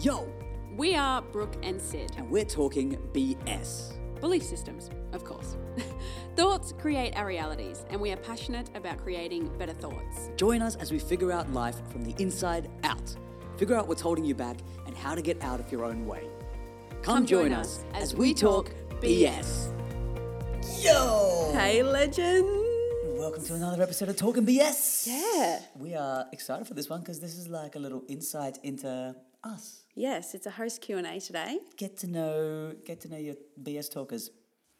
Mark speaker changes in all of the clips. Speaker 1: Yo,
Speaker 2: We are Brooke and Sid.
Speaker 1: and we're talking BS.
Speaker 2: Belief systems, of course. thoughts create our realities, and we are passionate about creating better thoughts.
Speaker 1: Join us as we figure out life from the inside out. Figure out what's holding you back and how to get out of your own way. Come, join, us as, we talk BS. Yo!
Speaker 3: Hey, legend.
Speaker 1: Welcome to another episode of Talking BS.
Speaker 3: Yeah.
Speaker 1: We are excited for this one because this is like a little insight into us.
Speaker 3: Yes, it's a host Q and A today.
Speaker 1: Get to know, get to know your BS talkers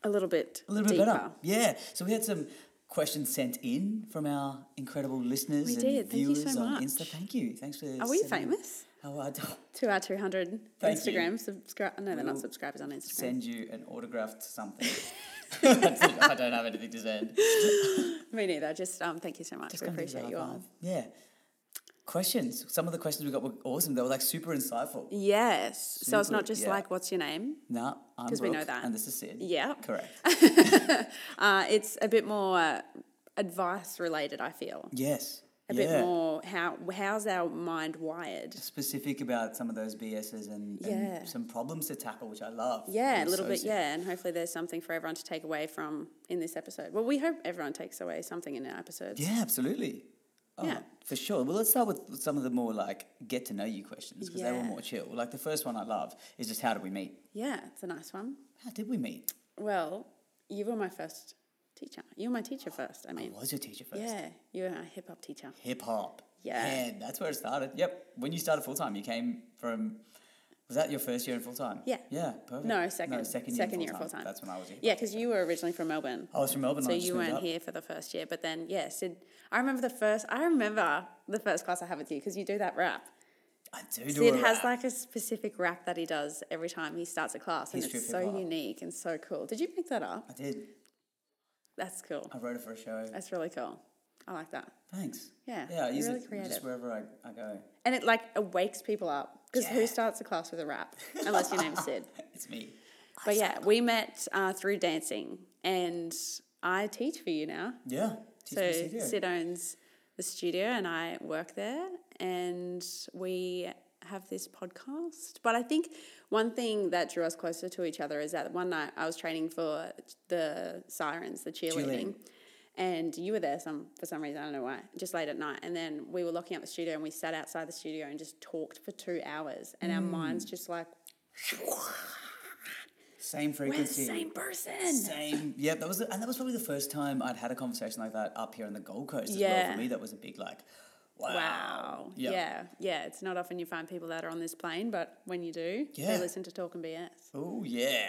Speaker 3: A little bit.
Speaker 1: a little bit
Speaker 3: deeper.
Speaker 1: better. Yeah. So we had some questions sent in from our incredible listeners
Speaker 3: We
Speaker 1: and
Speaker 3: did. Thank you
Speaker 1: viewers
Speaker 3: so
Speaker 1: on
Speaker 3: much.
Speaker 1: Insta. Thank you. Thanks for.
Speaker 3: Are we
Speaker 1: sending-
Speaker 3: famous?
Speaker 1: Oh, I don't
Speaker 3: To our two hundred
Speaker 1: Thank you.
Speaker 3: Instagram subscribers. No, they're
Speaker 1: We'll
Speaker 3: not subscribers on Instagram.
Speaker 1: send you an autographed something. I don't have anything to send.
Speaker 3: Me neither. Just um, thank you so much. we
Speaker 1: Gonna give it a
Speaker 3: appreciate
Speaker 1: high
Speaker 3: you all.
Speaker 1: five. Yeah. Questions. Some of the questions we got were awesome. They were like super insightful.
Speaker 3: Yes. so it's
Speaker 1: Super,
Speaker 3: not just
Speaker 1: yeah.
Speaker 3: like what's your name.
Speaker 1: Nah, I'm
Speaker 3: 'Cause we know
Speaker 1: Brooke,
Speaker 3: that.
Speaker 1: And this is Sid.
Speaker 3: Yeah.
Speaker 1: Correct.
Speaker 3: Uh, it's a bit more uh, advice related. I feel
Speaker 1: Yes.
Speaker 3: a
Speaker 1: yeah.
Speaker 3: bit more how how's our mind wired.
Speaker 1: Specific about some of those BSs and,
Speaker 3: Yeah.
Speaker 1: and some problems to tackle, which I love.
Speaker 3: Yeah, a
Speaker 1: It's
Speaker 3: little
Speaker 1: so
Speaker 3: bit.
Speaker 1: sick.
Speaker 3: Yeah, and hopefully there's something for everyone to take away from in this episode. Well, we hope everyone takes away something in our episodes.
Speaker 1: Yeah, absolutely. Oh,
Speaker 3: Yeah.
Speaker 1: For sure. Well, let's start with some of the more like get to know you questions because they were
Speaker 3: Yeah.
Speaker 1: more chill. Like the first one I love is just how did we meet?
Speaker 3: Yeah, it's a nice one.
Speaker 1: How did we meet?
Speaker 3: Well, you were my first teacher. You were my teacher first. I
Speaker 1: I
Speaker 3: mean,
Speaker 1: was your teacher first.
Speaker 3: yeah, you were a hip hop teacher.
Speaker 1: Hip hop.
Speaker 3: Yeah.
Speaker 1: Man, that's where it started. Yep. When you started full time, you came from. Was that your first year in full time?
Speaker 3: Yeah.
Speaker 1: Yeah. Perfect.
Speaker 3: No, second,
Speaker 1: No, second year. in
Speaker 3: full time.
Speaker 1: That's when I was. Here.
Speaker 3: Yeah, because you were originally from Melbourne.
Speaker 1: I was from Melbourne.
Speaker 3: So
Speaker 1: I just
Speaker 3: you
Speaker 1: moved
Speaker 3: weren't
Speaker 1: Oh, up.
Speaker 3: here for the first year, but then yeah, Sid. I remember the first. I remember the first class I had with you because you do that rap.
Speaker 1: I do do
Speaker 3: Sid
Speaker 1: a
Speaker 3: has
Speaker 1: rap.
Speaker 3: like a specific rap that he does every time he starts a class, and
Speaker 1: History
Speaker 3: it's
Speaker 1: of
Speaker 3: so
Speaker 1: hip hop.
Speaker 3: unique and so cool. Did you make that up?
Speaker 1: I did.
Speaker 3: That's cool.
Speaker 1: I wrote it for a show.
Speaker 3: That's really cool. I like that.
Speaker 1: Thanks.
Speaker 3: Yeah,
Speaker 1: Yeah. I
Speaker 3: you're
Speaker 1: use
Speaker 3: really
Speaker 1: it just
Speaker 3: creative.
Speaker 1: wherever I, I go.
Speaker 3: And it like awakes people up because
Speaker 1: Yeah.
Speaker 3: who starts a class with a rap unless your name's Sid?
Speaker 1: It's me.
Speaker 3: But yeah, we met uh, through dancing, and I teach for you now.
Speaker 1: Yeah. Teach me
Speaker 3: so
Speaker 1: studio.
Speaker 3: Sid owns the studio, and I work there, and we have this podcast. But I think one thing that drew us closer to each other is that one night I was training for the sirens, the cheerleading.
Speaker 1: Cheerleading.
Speaker 3: And you were there some for some reason I don't know why, just late at night. And then we were locking up the studio, and we sat outside the studio and just talked for two hours. And
Speaker 1: Mm.
Speaker 3: our minds just like
Speaker 1: Same
Speaker 3: we're the
Speaker 1: frequency.
Speaker 3: same person.
Speaker 1: Same. Yeah, that was, and that was probably the first time I'd had a conversation like that up here on the Gold Coast. As well.
Speaker 3: Yeah.
Speaker 1: For me, that was a big like, wow.
Speaker 3: Wow.
Speaker 1: Yeah.
Speaker 3: Um, Yeah. Yeah. It's not often you find people that are on this plane, but when you do,
Speaker 1: Yeah.
Speaker 3: they listen to Talk and BS.
Speaker 1: Oh yeah.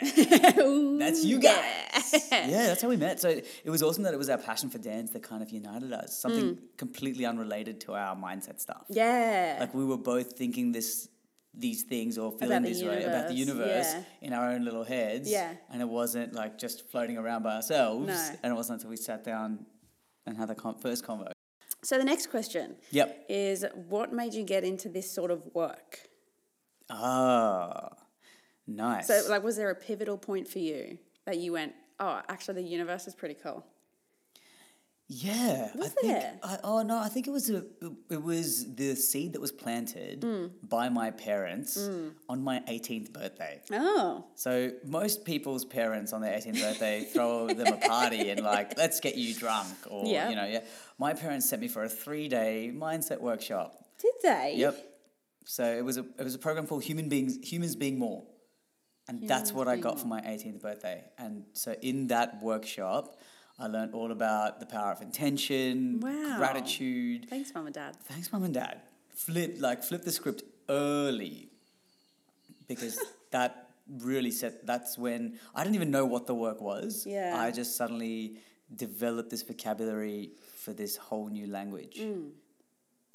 Speaker 1: that's you guys. Yeah. that's how we met. So it was awesome that it was our passion for dance that kind of united us.
Speaker 3: Mm.
Speaker 1: Something completely unrelated to our mindset stuff.
Speaker 3: Yeah.
Speaker 1: Like we were both thinking this these things or feeling
Speaker 3: About the
Speaker 1: this way about the
Speaker 3: universe,
Speaker 1: universe
Speaker 3: yeah.
Speaker 1: in our own little heads.
Speaker 3: Yeah.
Speaker 1: And it wasn't like just floating around by ourselves.
Speaker 3: No.
Speaker 1: And it wasn't until we sat down and had the con first convo.
Speaker 3: so the next question
Speaker 1: Yep.
Speaker 3: is what made you get into this sort of work?
Speaker 1: Ah, nice.
Speaker 3: So, like, was there a pivotal point for you that you went, oh, actually, the universe is pretty cool?
Speaker 1: yeah,
Speaker 3: Was
Speaker 1: I think.
Speaker 3: there?
Speaker 1: I, oh no, I think it was a. It was the seed that was planted
Speaker 3: Hmm.
Speaker 1: by my parents on my 18th birthday.
Speaker 3: Oh,
Speaker 1: So most people's parents on their 18th birthday throw them a party and like, let's get you drunk or
Speaker 3: Yeah.
Speaker 1: you know, yeah. My parents sent me for a three day mindset workshop.
Speaker 3: did they?
Speaker 1: Yep. So it was a it was a program called Human Beings Humans Being More. And that's what I got for my 18th birthday. And so in that workshop, I learned all about the power of intention,
Speaker 3: Wow.
Speaker 1: gratitude.
Speaker 3: Thanks, mum and dad.
Speaker 1: Thanks, mum and dad. Flip like flip the script early because that really set. That's when I didn't even know what the work was.
Speaker 3: Yeah.
Speaker 1: I just suddenly developed this vocabulary for this whole new language.
Speaker 3: Mm.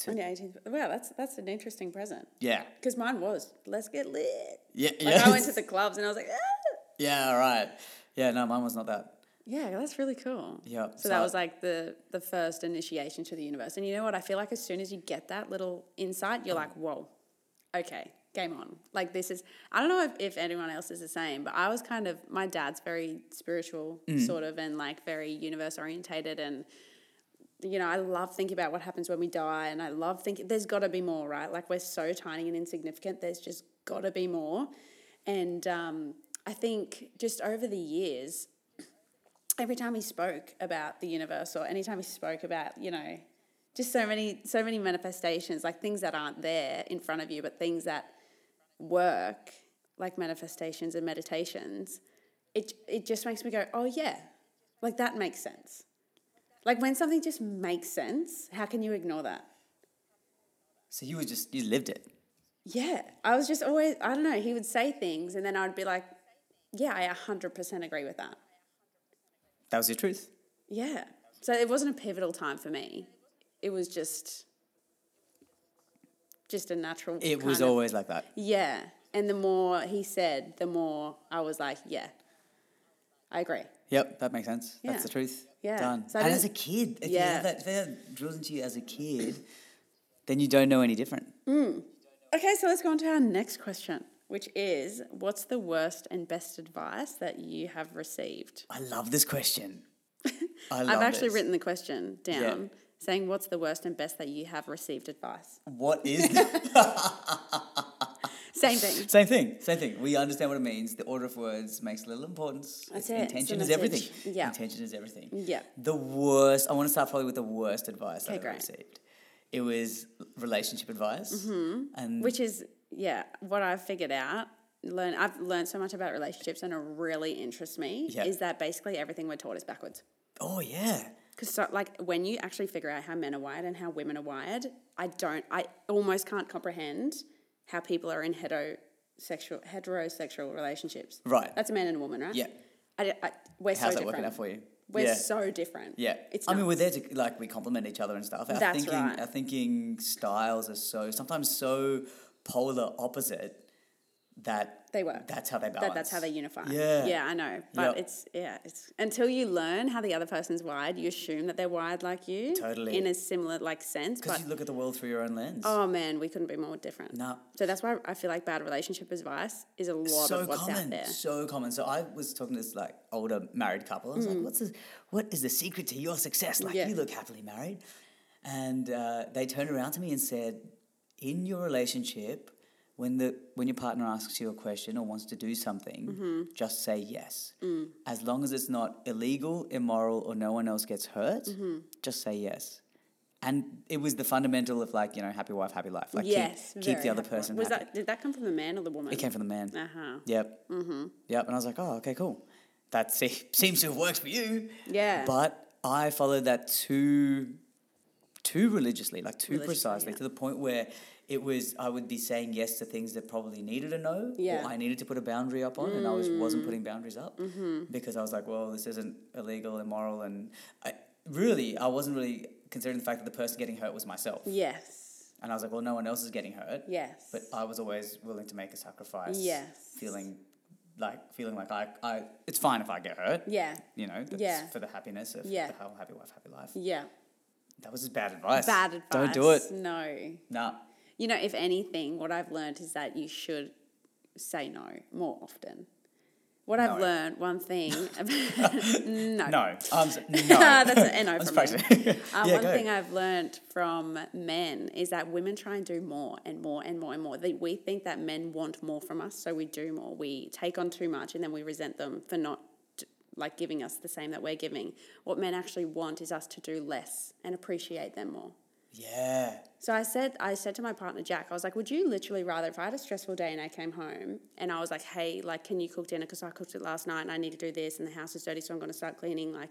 Speaker 3: On your 18th. Wow, that's, that's an interesting present.
Speaker 1: Yeah,
Speaker 3: Because mine was, let's get lit.
Speaker 1: yeah,
Speaker 3: Like,
Speaker 1: yeah,
Speaker 3: I went to the clubs and I was like, ah.
Speaker 1: yeah. Right. Yeah. No, mine was not that.
Speaker 3: Yeah, that's really cool.
Speaker 1: Yeah, so
Speaker 3: So,
Speaker 1: I-
Speaker 3: that was like the the first initiation to the universe. And you know what? I feel like as soon as you get that little insight, you're like, whoa, okay, game on. Like this is I don't know if, if anyone else is the same, but I was kind of
Speaker 1: Mm.
Speaker 3: my dad's very spiritual sort of and like very universe orientated and you know, I love thinking about what happens when we die, and I love thinking there's got to be more, right? Like we're so tiny and insignificant. There's just got to be more, and um, I think just over the years, every time he spoke about the universe, or anytime he spoke about, you know, just so many so many manifestations, like things that aren't there in front of you, but things that work, like manifestations and meditations. It it just makes me go, oh yeah, like that makes sense. Like when something just makes sense, how can you ignore that?
Speaker 1: So you were just you lived it.
Speaker 3: Yeah, I was just always I don't know. He would say things, and then I'd be like, "Yeah, I hundred percent agree with that."
Speaker 1: That was your truth.
Speaker 3: Yeah. So it wasn't a pivotal time for me. It was just, just a natural.
Speaker 1: It
Speaker 3: kind
Speaker 1: was
Speaker 3: of-
Speaker 1: always like that.
Speaker 3: Yeah, and the more he said, the more I was like, "Yeah, I agree."
Speaker 1: Yep, that makes sense.
Speaker 3: Yeah.
Speaker 1: That's the truth.
Speaker 3: Yeah.
Speaker 1: Done.
Speaker 3: So I
Speaker 1: and as a
Speaker 3: didn't-
Speaker 1: kid, if
Speaker 3: Yeah.
Speaker 1: you have that if that drills into you as a kid, then you don't know any different.
Speaker 3: Okay, so let's go on to our next question, which is, "What's the worst and best advice that you have received?"
Speaker 1: I love this question. I love
Speaker 3: I've actually
Speaker 1: this.
Speaker 3: written the question down saying, What's the worst and best that you have received advice?
Speaker 1: What is the
Speaker 3: Same thing.
Speaker 1: same thing? Same thing. We understand what it means. The order of words makes little importance. It's-
Speaker 3: That's it. It's the
Speaker 1: Intention is
Speaker 3: message.
Speaker 1: everything.
Speaker 3: Yeah.
Speaker 1: Intention is everything.
Speaker 3: Yeah.
Speaker 1: The worst. I want to start probably with the worst advice
Speaker 3: Okay,
Speaker 1: I've ever
Speaker 3: great.
Speaker 1: received. It was relationship advice,
Speaker 3: Mm-hmm.
Speaker 1: and
Speaker 3: Which is, yeah, what I've figured out. Learn, I've learned so much about relationships and it really interests me
Speaker 1: Yeah.
Speaker 3: is that basically everything we're taught is backwards.
Speaker 1: oh yeah,
Speaker 3: Because, so, like, when you actually figure out how men are wired and how women are wired, I don't, I almost can't comprehend how people are in heterosexual, heterosexual relationships.
Speaker 1: Right.
Speaker 3: That's a man and a woman, right?
Speaker 1: Yeah.
Speaker 3: I, I, we're
Speaker 1: how's
Speaker 3: so
Speaker 1: that
Speaker 3: different.
Speaker 1: working out for you?
Speaker 3: We're
Speaker 1: yeah.
Speaker 3: so different.
Speaker 1: Yeah,
Speaker 3: It's
Speaker 1: I mean,
Speaker 3: nuts.
Speaker 1: we're there to like we complement each other and stuff. Our
Speaker 3: That's
Speaker 1: thinking,
Speaker 3: right.
Speaker 1: our thinking styles are so sometimes so polar opposite that
Speaker 3: They work.
Speaker 1: That's how they balance.
Speaker 3: that that's how they unify.
Speaker 1: Yeah.
Speaker 3: Yeah, I know. But
Speaker 1: Yep.
Speaker 3: it's yeah, it's until you learn how the other person's wired, you assume that they're wired like you.
Speaker 1: Totally.
Speaker 3: In a similar like sense.
Speaker 1: Because
Speaker 3: But
Speaker 1: you look at the world through your own lens.
Speaker 3: oh man, we couldn't be more different.
Speaker 1: No.
Speaker 3: So that's why I feel like bad relationship advice is a lot
Speaker 1: so
Speaker 3: of what's
Speaker 1: common,
Speaker 3: out there.
Speaker 1: so common. So I was talking to this like older married couple. I was like, "What's the, what is the secret to your success? Like
Speaker 3: Mm. Yeah.
Speaker 1: you look happily married," and uh, they turned around to me and said, "In your relationship, when the when your partner asks you a question or wants to do something,
Speaker 3: Mm-hmm.
Speaker 1: just say yes.
Speaker 3: Mm.
Speaker 1: As long as it's not illegal, immoral, or no one else gets hurt,
Speaker 3: Mm-hmm.
Speaker 1: just say yes." And it was the fundamental of like you know, happy wife, happy life. Like keep-
Speaker 3: yes.
Speaker 1: keep,
Speaker 3: very
Speaker 1: the other
Speaker 3: happy one.
Speaker 1: person
Speaker 3: Was
Speaker 1: happy.
Speaker 3: that did that come from the man or the woman?
Speaker 1: It came from the man.
Speaker 3: Uh huh.
Speaker 1: Yep. Mm-hmm. Yep. And I was like, oh, okay, cool. That se- seems to have worked for you.
Speaker 3: Yeah.
Speaker 1: But I followed that too, too religiously, like too
Speaker 3: Religiously,
Speaker 1: precisely,
Speaker 3: yeah.
Speaker 1: to the point where it was I would be saying yes to things that probably needed a no,
Speaker 3: Yeah. Mm.
Speaker 1: or I needed to put a boundary up on, and I was wasn't putting boundaries up
Speaker 3: Mm-hmm.
Speaker 1: because I was like, well, this isn't illegal, immoral, and I really I wasn't really considering the fact that the person getting hurt was myself,
Speaker 3: Yes.
Speaker 1: and I was like, well, no one else is getting hurt,
Speaker 3: Yes.
Speaker 1: but I was always willing to make a sacrifice.
Speaker 3: Yes.
Speaker 1: Feeling like feeling like I, I it's fine if I get hurt.
Speaker 3: yeah.
Speaker 1: You know, that's
Speaker 3: Yeah.
Speaker 1: for the happiness of
Speaker 3: Yeah.
Speaker 1: the whole happy wife, happy life.
Speaker 3: Yeah.
Speaker 1: That was just bad advice.
Speaker 3: Bad advice.
Speaker 1: Don't do it.
Speaker 3: No.
Speaker 1: Nah.
Speaker 3: you know, if anything, what I've learned is that you should say no more often. What I've
Speaker 1: No.
Speaker 3: learned, one thing, about, no,
Speaker 1: No. Um, no.
Speaker 3: that's an NO
Speaker 1: I'm
Speaker 3: from
Speaker 1: surprised.
Speaker 3: me. Uh,
Speaker 1: Yeah,
Speaker 3: one
Speaker 1: go.
Speaker 3: thing I've learned from men is that women try and do more and more and more and more. They, we think that men want more from us, so we do more. We take on too much, and then we resent them for not t- like giving us the same that we're giving. What men actually want is us to do less and appreciate them more.
Speaker 1: yeah.
Speaker 3: So I said, I said to my partner Jack, I was like, "Would you literally rather if I had a stressful day and I came home and I was like, hey, like, can you cook dinner? Because I cooked it last night and I need to do this and the house is dirty, so I'm going to start cleaning. Like,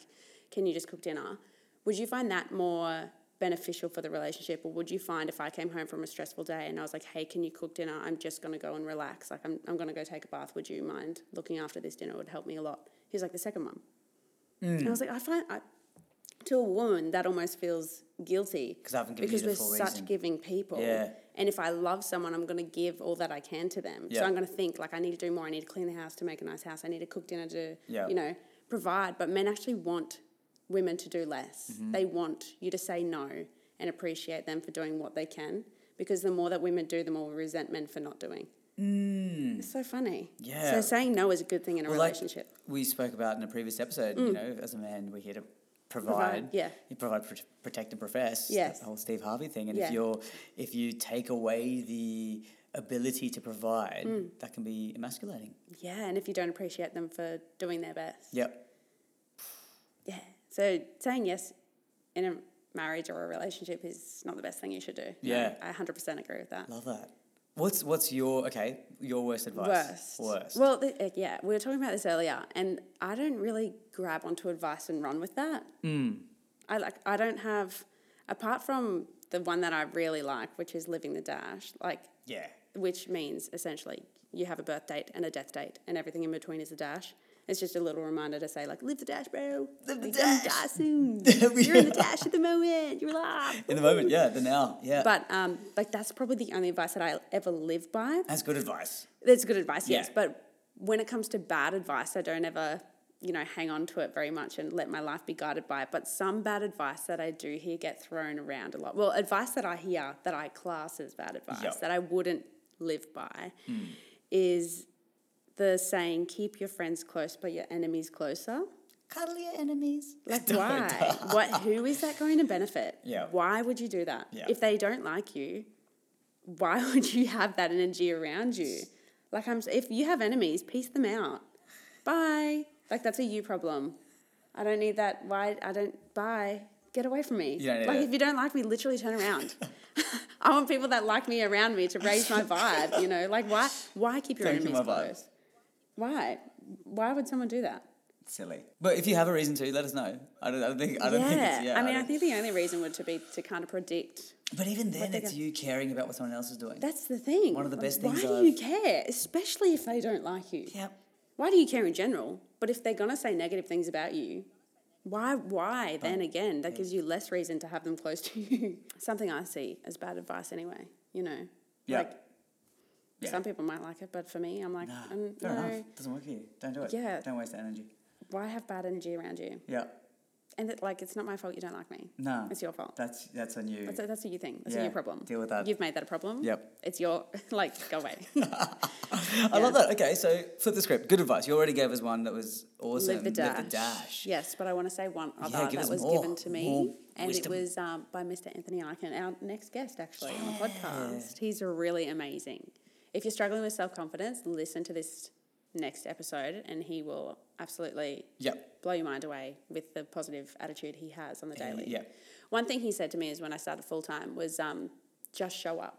Speaker 3: can you just cook dinner? Would you find that more beneficial for the relationship, or would you find if I came home from a stressful day and I was like, hey, can you cook dinner? I'm just going to go and relax. Like, I'm I'm going to go take a bath. Would you mind looking after this dinner? It would help me a lot. He was like, the second one.
Speaker 1: Mm.
Speaker 3: And I was like, I find I, to a woman that almost feels guilty
Speaker 1: 'Cause I haven't given you
Speaker 3: because
Speaker 1: the
Speaker 3: we're
Speaker 1: full
Speaker 3: such
Speaker 1: reason.
Speaker 3: giving people.
Speaker 1: Yeah.
Speaker 3: And if I love someone, I'm going to give all that I can to them. So
Speaker 1: Yeah.
Speaker 3: I'm going to think like I need to do more. I need to clean the house to make a nice house. I need to cook dinner to
Speaker 1: Yeah.
Speaker 3: you know provide. But men actually want women to do less.
Speaker 1: Mm-hmm.
Speaker 3: They want you to say no and appreciate them for doing what they can. Because the more that women do, the more we resent men for not doing.
Speaker 1: Hmm.
Speaker 3: Mm. It's so funny.
Speaker 1: Yeah.
Speaker 3: So saying no is a good thing in a
Speaker 1: Well, like
Speaker 3: relationship.
Speaker 1: we spoke about in a previous episode, you know, as a man, we're here to provide,
Speaker 3: Mm. yeah.
Speaker 1: you provide, pr- protect, and profess. that
Speaker 3: Yes.
Speaker 1: whole Steve Harvey thing. And
Speaker 3: Yeah.
Speaker 1: if you're, if you take away the ability to provide,
Speaker 3: Mm.
Speaker 1: that can be emasculating.
Speaker 3: Yeah, and if you don't appreciate them for doing their best.
Speaker 1: Yep.
Speaker 3: Yeah. So saying yes in a marriage or a relationship is not the best thing you should do.
Speaker 1: Yeah.
Speaker 3: I 100% agree with that.
Speaker 1: Love that. What's what's your okay? Your worst advice.
Speaker 3: Worst. Well, th- uh, yeah, we were talking about this earlier, and I don't really grab onto advice and run with that. I like. I don't have, apart from the one that I really like, which is living the dash. Like,
Speaker 1: yeah.
Speaker 3: which means essentially you have a birth date and a death date, and everything in between is a dash. It's just a little reminder to say like, live the dash, bro. Live the dash. Die soon. You're in the dash at the moment. You're alive.
Speaker 1: In the moment, yeah. The now, yeah.
Speaker 3: But um, like that's probably the only advice that I ever live by.
Speaker 1: That's good advice.
Speaker 3: That's good advice, yes.
Speaker 1: Yeah.
Speaker 3: But when it comes to bad advice, I don't ever, you know, hang on to it very much and let my life be guided by it. But some bad advice that I do hear get thrown around a lot. Well, advice that I hear that I class as bad advice
Speaker 1: Yep.
Speaker 3: that I wouldn't live by is the saying, keep your friends close, but your enemies closer.
Speaker 1: Cuddle your enemies.
Speaker 3: Like why? What? Who is that going to benefit?
Speaker 1: Yeah.
Speaker 3: Why would you do that?
Speaker 1: Yeah.
Speaker 3: If they don't like you, why would you have that energy around you? Like I'm. s- If you have enemies, piece them out. Bye. Like that's a you problem. I don't need that. Why? I don't. Bye. Get away from me.
Speaker 1: You don't need
Speaker 3: like
Speaker 1: it.
Speaker 3: if you don't like me, literally turn around. I want people that like me around me to raise my vibe. You know, like why? Why keep your
Speaker 1: Don't keep
Speaker 3: enemies
Speaker 1: my vibe.
Speaker 3: close? Why? Why would someone do that?
Speaker 1: Silly. But if you have a reason to, let us know. I don't, I don't think. I don't
Speaker 3: yeah.
Speaker 1: think it's. Yeah.
Speaker 3: I mean, I,
Speaker 1: don't-
Speaker 3: think the only reason would to be to kind of predict.
Speaker 1: But even then,
Speaker 3: they
Speaker 1: it's
Speaker 3: go-
Speaker 1: you caring about what someone else is doing.
Speaker 3: That's the thing.
Speaker 1: One of the best
Speaker 3: Why
Speaker 1: things
Speaker 3: do
Speaker 1: I've-
Speaker 3: you care, especially if they don't like you?
Speaker 1: yeah.
Speaker 3: Why do you care in general? But if they're gonna say negative things about you, why? Why then again? That gives you less reason to have them close to you. Something I see as bad advice, anyway. You know,
Speaker 1: Yeah.
Speaker 3: like
Speaker 1: Yeah.
Speaker 3: some people might like it, but for me, I'm like,
Speaker 1: Ah,
Speaker 3: um,
Speaker 1: fair
Speaker 3: no.
Speaker 1: enough. Doesn't work for you. Don't do it.
Speaker 3: Yeah.
Speaker 1: Don't waste the energy.
Speaker 3: Why have bad energy around you?
Speaker 1: Yeah.
Speaker 3: And it, like, it's not my fault you don't like me.
Speaker 1: No.
Speaker 3: it's your fault.
Speaker 1: That's that's on you.
Speaker 3: That's a, that's a you thing. That's a
Speaker 1: Yeah,
Speaker 3: you problem.
Speaker 1: deal with that.
Speaker 3: You've made that a problem.
Speaker 1: Yep.
Speaker 3: It's your like go away.
Speaker 1: I love that. Okay, so flip the script. Good advice. You already gave us one that was awesome.
Speaker 3: Live the dash.
Speaker 1: dash.
Speaker 3: Yes, but I want to say one other
Speaker 1: give
Speaker 3: that
Speaker 1: us
Speaker 3: was
Speaker 1: more-
Speaker 3: given to
Speaker 1: more
Speaker 3: me, and
Speaker 1: wisdom.
Speaker 3: it was um, by Mr. Anthony Eichen, our next guest actually on the podcast. He's really amazing. If you're struggling with self confidence, listen to this next episode, and he will absolutely
Speaker 1: Yep.
Speaker 3: blow your mind away with the positive attitude he has on the daily.
Speaker 1: yeah.
Speaker 3: One thing he said to me is when I started full time was um, just show up.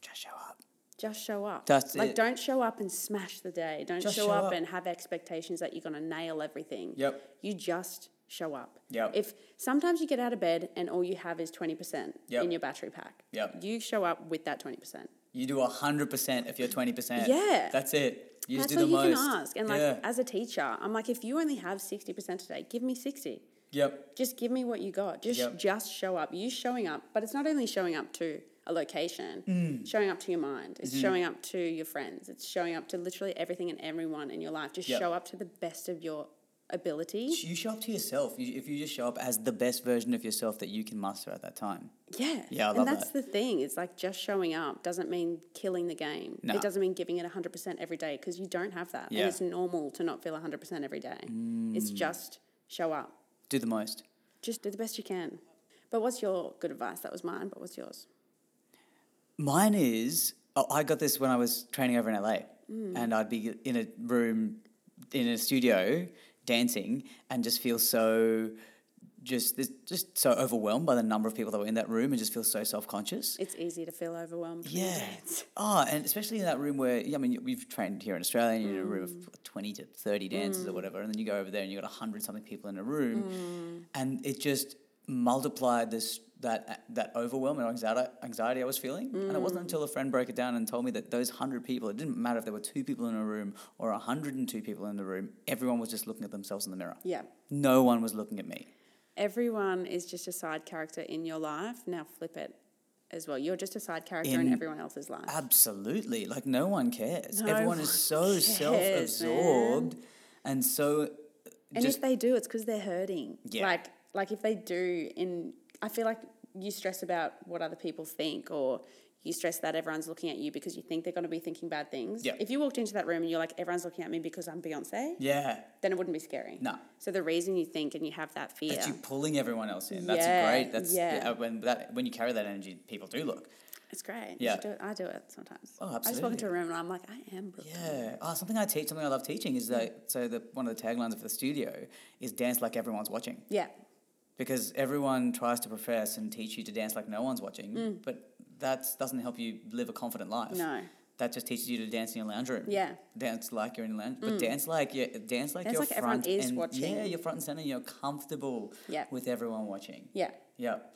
Speaker 1: Just show up.
Speaker 3: just show up.
Speaker 1: That's
Speaker 3: like
Speaker 1: it.
Speaker 3: don't show up and smash the day. Don't
Speaker 1: Just
Speaker 3: show,
Speaker 1: show
Speaker 3: up,
Speaker 1: up.
Speaker 3: and have expectations that you're gonna nail everything.
Speaker 1: Yep.
Speaker 3: You just show up.
Speaker 1: Yep.
Speaker 3: If sometimes you get out of bed and all you have is twenty percent
Speaker 1: Yep.
Speaker 3: in your battery pack.
Speaker 1: Yep.
Speaker 3: You show up with that twenty percent.
Speaker 1: You do hundred percent if you're twenty percent.
Speaker 3: Yeah.
Speaker 1: That's it. You just
Speaker 3: That's
Speaker 1: do
Speaker 3: all
Speaker 1: the
Speaker 3: you
Speaker 1: most.
Speaker 3: can ask. And like
Speaker 1: yeah.
Speaker 3: as a teacher, I'm like, if you only have sixty percent today, give me sixty.
Speaker 1: Yep.
Speaker 3: Just give me what you got. Just
Speaker 1: Yep.
Speaker 3: just show up. You showing up, but it's not only showing up to a location,
Speaker 1: Mm.
Speaker 3: showing up to your mind.
Speaker 1: Mm-hmm.
Speaker 3: It's showing up to your friends. It's showing up to literally everything and everyone in your life. Just
Speaker 1: Yep.
Speaker 3: show up to the best of your ability.
Speaker 1: You show up to yourself. You, if you just show up as the best version of yourself that you can muster at that time.
Speaker 3: Yeah.
Speaker 1: Yeah, I love
Speaker 3: and that's
Speaker 1: that.
Speaker 3: the thing. It's like just showing up doesn't mean killing the game.
Speaker 1: No.
Speaker 3: It doesn't mean giving it 100% every day because you don't have that.
Speaker 1: Yeah. Mm.
Speaker 3: And it's normal to not feel 100% every day. It's just show up.
Speaker 1: Do the most.
Speaker 3: Just do the best you can. But what's your good advice? That was mine, but what's yours?
Speaker 1: Mine is oh, I got this when I was training over in LA, and I'd be in a room in a studio dancing and just feel so just this- just so overwhelmed by the number of people that were in that room and just feel so self conscious.
Speaker 3: It's easy to feel overwhelmed. when you
Speaker 1: Yeah.
Speaker 3: dance.
Speaker 1: Oh, and especially in that room where, yeah, I mean, we've trained here in Australia and you're in a room of 20 to 30 dancers or whatever, and then you go over there and you've got 100 something people in a room, and it just multiplied this that that overwhelm and anxiety, anxiety I was feeling. And it wasn't until a friend broke it down and told me that those 100 people, it didn't matter if there were two people in a room or 102 people in the room, everyone was just looking at themselves in the mirror.
Speaker 3: Yeah.
Speaker 1: No one was looking at me.
Speaker 3: Everyone is just a side character in your life. Now flip it as well. You're just a side character in,
Speaker 1: In-
Speaker 3: everyone else's life.
Speaker 1: Absolutely. Like no one cares.
Speaker 3: No
Speaker 1: Everyone
Speaker 3: one
Speaker 1: is so
Speaker 3: cares,
Speaker 1: self-absorbed and so uh,
Speaker 3: and
Speaker 1: just
Speaker 3: if they do, it's because they're hurting.
Speaker 1: Yeah.
Speaker 3: Like like if they do in I feel like you stress about what other people think or you stress that everyone's looking at you because you think they're going to be thinking bad things.
Speaker 1: Yeah.
Speaker 3: If you walked into that room and you're like, everyone's looking at me because I'm Beyonce,
Speaker 1: Yeah.
Speaker 3: then it wouldn't be scary.
Speaker 1: No.
Speaker 3: So the reason you think and you have that fear.
Speaker 1: That's you pulling everyone else in. That's
Speaker 3: Yeah,
Speaker 1: great. That's
Speaker 3: yeah.
Speaker 1: uh, when that when you carry that energy, people do look.
Speaker 3: It's great.
Speaker 1: Yeah.
Speaker 3: You do it. I do it sometimes.
Speaker 1: Oh,
Speaker 3: I just walk into
Speaker 1: absolutely.
Speaker 3: a room and I'm like, I am Brooklyn.
Speaker 1: Yeah. Oh, something I teach, something I love teaching is that so the one of the taglines for the studio is dance like everyone's watching.
Speaker 3: Yeah.
Speaker 1: Because everyone tries to profess and teach you to dance like no one's watching, but that doesn't help you live a confident life.
Speaker 3: Mm. No.
Speaker 1: That just teaches you to dance in your lounge room.
Speaker 3: Yeah. Mm.
Speaker 1: Dance like you're in the lounge, but dance like you dance like
Speaker 3: Dance
Speaker 1: you're
Speaker 3: like everyone
Speaker 1: front
Speaker 3: is
Speaker 1: and
Speaker 3: watching.
Speaker 1: yeah, you're front and center. You're comfortable
Speaker 3: Yeah.
Speaker 1: with everyone watching.
Speaker 3: Yeah.
Speaker 1: Yep.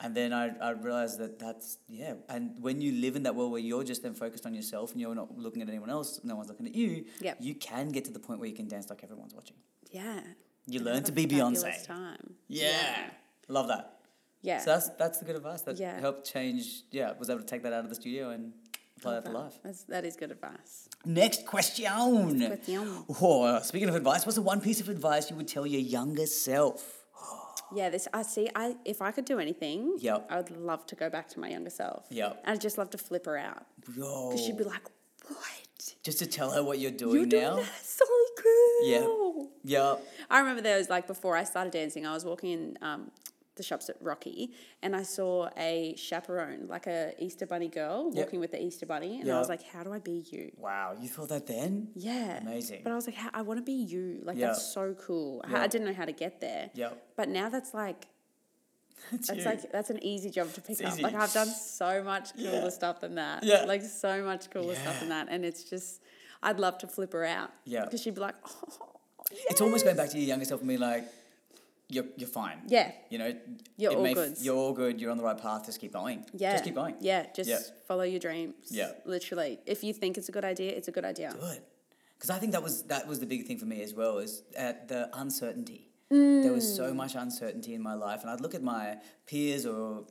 Speaker 1: And then I, I realized that that's, yeah. And when you live in that world where you're just then focused on yourself and you're not looking at anyone else, no one's looking at you,
Speaker 3: Yep.
Speaker 1: you can get to the point where you can dance like everyone's watching.
Speaker 3: Yeah.
Speaker 1: You
Speaker 3: And
Speaker 1: learn
Speaker 3: have
Speaker 1: to
Speaker 3: a
Speaker 1: be
Speaker 3: fabulous
Speaker 1: Beyonce.
Speaker 3: Time.
Speaker 1: Yeah. Love that.
Speaker 3: Yeah.
Speaker 1: So that's, that's the good advice that
Speaker 3: Yeah.
Speaker 1: helped change, yeah, was able to take that out of the studio and apply that to life.
Speaker 3: That's, that is good advice.
Speaker 1: Next question.
Speaker 3: question.
Speaker 1: Oh, speaking of advice, what's the one piece of advice you would tell your younger self?
Speaker 3: Yeah, this I see. I if I could do anything,
Speaker 1: Yep.
Speaker 3: I would love to go back to my younger self.
Speaker 1: Yep.
Speaker 3: And I'd just love to flip her out.
Speaker 1: Yo,
Speaker 3: Because she'd be like, What?
Speaker 1: just to tell her what you're doing
Speaker 3: You're doing
Speaker 1: now.
Speaker 3: that? It's so cool.
Speaker 1: Yeah. Yep.
Speaker 3: I remember there was like before I started dancing, I was walking in um, the shops at Rocky and I saw a chaperone, like a Easter bunny girl
Speaker 1: Yep.
Speaker 3: walking with the Easter bunny. And
Speaker 1: Yeah.
Speaker 3: I was like, how do I be you?
Speaker 1: Wow, you thought that then?
Speaker 3: Yeah.
Speaker 1: Amazing.
Speaker 3: But I was like, how, I want to be you. Like,
Speaker 1: Yeah.
Speaker 3: that's so cool. I-
Speaker 1: Yeah.
Speaker 3: I didn't know how to get there.
Speaker 1: Yep.
Speaker 3: But now that's like,
Speaker 1: That's,
Speaker 3: that's
Speaker 1: you.
Speaker 3: like, that's an easy job to pick up.
Speaker 1: easy.
Speaker 3: Like, I've done so much cooler
Speaker 1: Yeah.
Speaker 3: stuff than that.
Speaker 1: Yeah.
Speaker 3: Like, so much cooler stuff than that. And it's just, I'd love to flip her out.
Speaker 1: Yeah.
Speaker 3: Because she'd be like, oh,
Speaker 1: It's almost going back to your younger self and being like, you're, you're fine.
Speaker 3: Yeah.
Speaker 1: You know,
Speaker 3: You're all
Speaker 1: f-
Speaker 3: goods.
Speaker 1: You're all good. You're on the right path. Just keep going.
Speaker 3: Yeah.
Speaker 1: Just keep going.
Speaker 3: Yeah, just
Speaker 1: Yeah.
Speaker 3: follow your dreams.
Speaker 1: Yeah.
Speaker 3: Literally. If you think it's a good idea, it's a good idea.
Speaker 1: Good. Because I think that was that was the big thing for me as well is uh, the uncertainty. There was so much uncertainty in my life, and I'd look at my peers or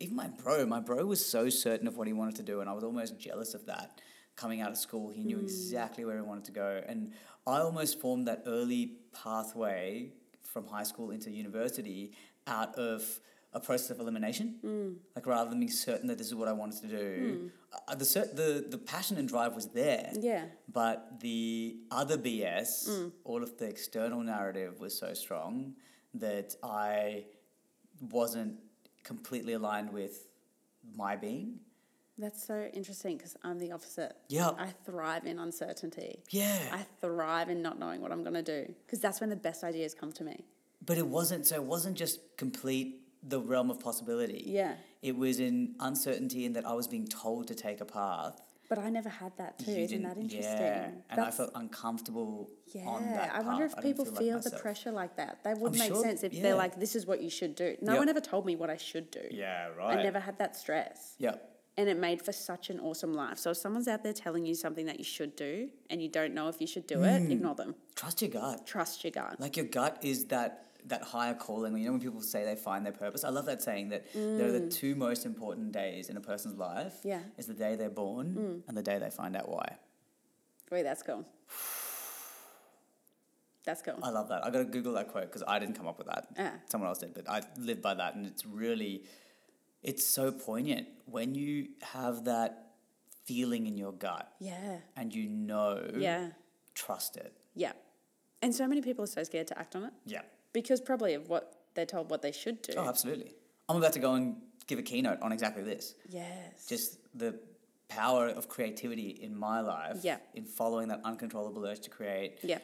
Speaker 1: even my bro. My bro was so certain of what he wanted to do, and I was almost jealous of that. Coming out of school, he knew exactly where he wanted to go, and I almost formed that early pathway from high school into university out of a process of elimination. Like rather than being certain that this is what I wanted to do, uh, the, cer- the the passion and drive was there.
Speaker 3: Yeah.
Speaker 1: But the other BS,
Speaker 3: Mm.
Speaker 1: all of the external narrative was so strong that I wasn't completely aligned with my being.
Speaker 3: That's so interesting because I'm the opposite.
Speaker 1: Yeah.
Speaker 3: I thrive in uncertainty.
Speaker 1: Yeah.
Speaker 3: I thrive in not knowing what I'm going to do because that's when the best ideas come to me.
Speaker 1: but it wasn't, so it wasn't just complete the realm of possibility.
Speaker 3: Yeah.
Speaker 1: It was in uncertainty in that I was being told to take a path.
Speaker 3: But I never had that too.
Speaker 1: You
Speaker 3: Isn't
Speaker 1: didn't-
Speaker 3: that interesting?
Speaker 1: Yeah. And I
Speaker 3: That's-
Speaker 1: felt uncomfortable
Speaker 3: yeah.
Speaker 1: on that
Speaker 3: I wonder
Speaker 1: path.
Speaker 3: if
Speaker 1: didn't
Speaker 3: people
Speaker 1: like
Speaker 3: feel, the
Speaker 1: myself.
Speaker 3: pressure like that. That would
Speaker 1: I'm
Speaker 3: make
Speaker 1: sure-
Speaker 3: sense if
Speaker 1: yeah.
Speaker 3: they're like, this is what you should do. No
Speaker 1: Yeah.
Speaker 3: one ever told me what I should do.
Speaker 1: Yeah, right.
Speaker 3: I never had that stress.
Speaker 1: Yeah.
Speaker 3: and it made for such an awesome life. So if someone's out there telling you something that you should do and you don't know if you should do it, ignore them.
Speaker 1: Trust your gut.
Speaker 3: Trust your gut.
Speaker 1: Hmm. Like your gut is that that higher calling. You know when people say they find their purpose. I love that saying that there are the two most important days in a person's life.
Speaker 3: Mm. Yeah. Mm.
Speaker 1: Is the day they're born and the day they find out why.
Speaker 3: Wait, that's cool. That's cool.
Speaker 1: I love that. I got to Google that quote because I didn't come up with that.
Speaker 3: Ah.
Speaker 1: Someone else did, but I live by that, and it's really, it's so poignant when you have that feeling in your gut
Speaker 3: yeah.
Speaker 1: and you know.
Speaker 3: Yeah.
Speaker 1: Trust it.
Speaker 3: Yeah. And so many people are so scared to act on it
Speaker 1: Yeah.
Speaker 3: because probably of what they're told what they should do.
Speaker 1: Oh, absolutely. I'm about to go and give a keynote on exactly this.
Speaker 3: yes.
Speaker 1: just the power of creativity in my life
Speaker 3: Yeah.
Speaker 1: in following that uncontrollable urge to create
Speaker 3: yeah.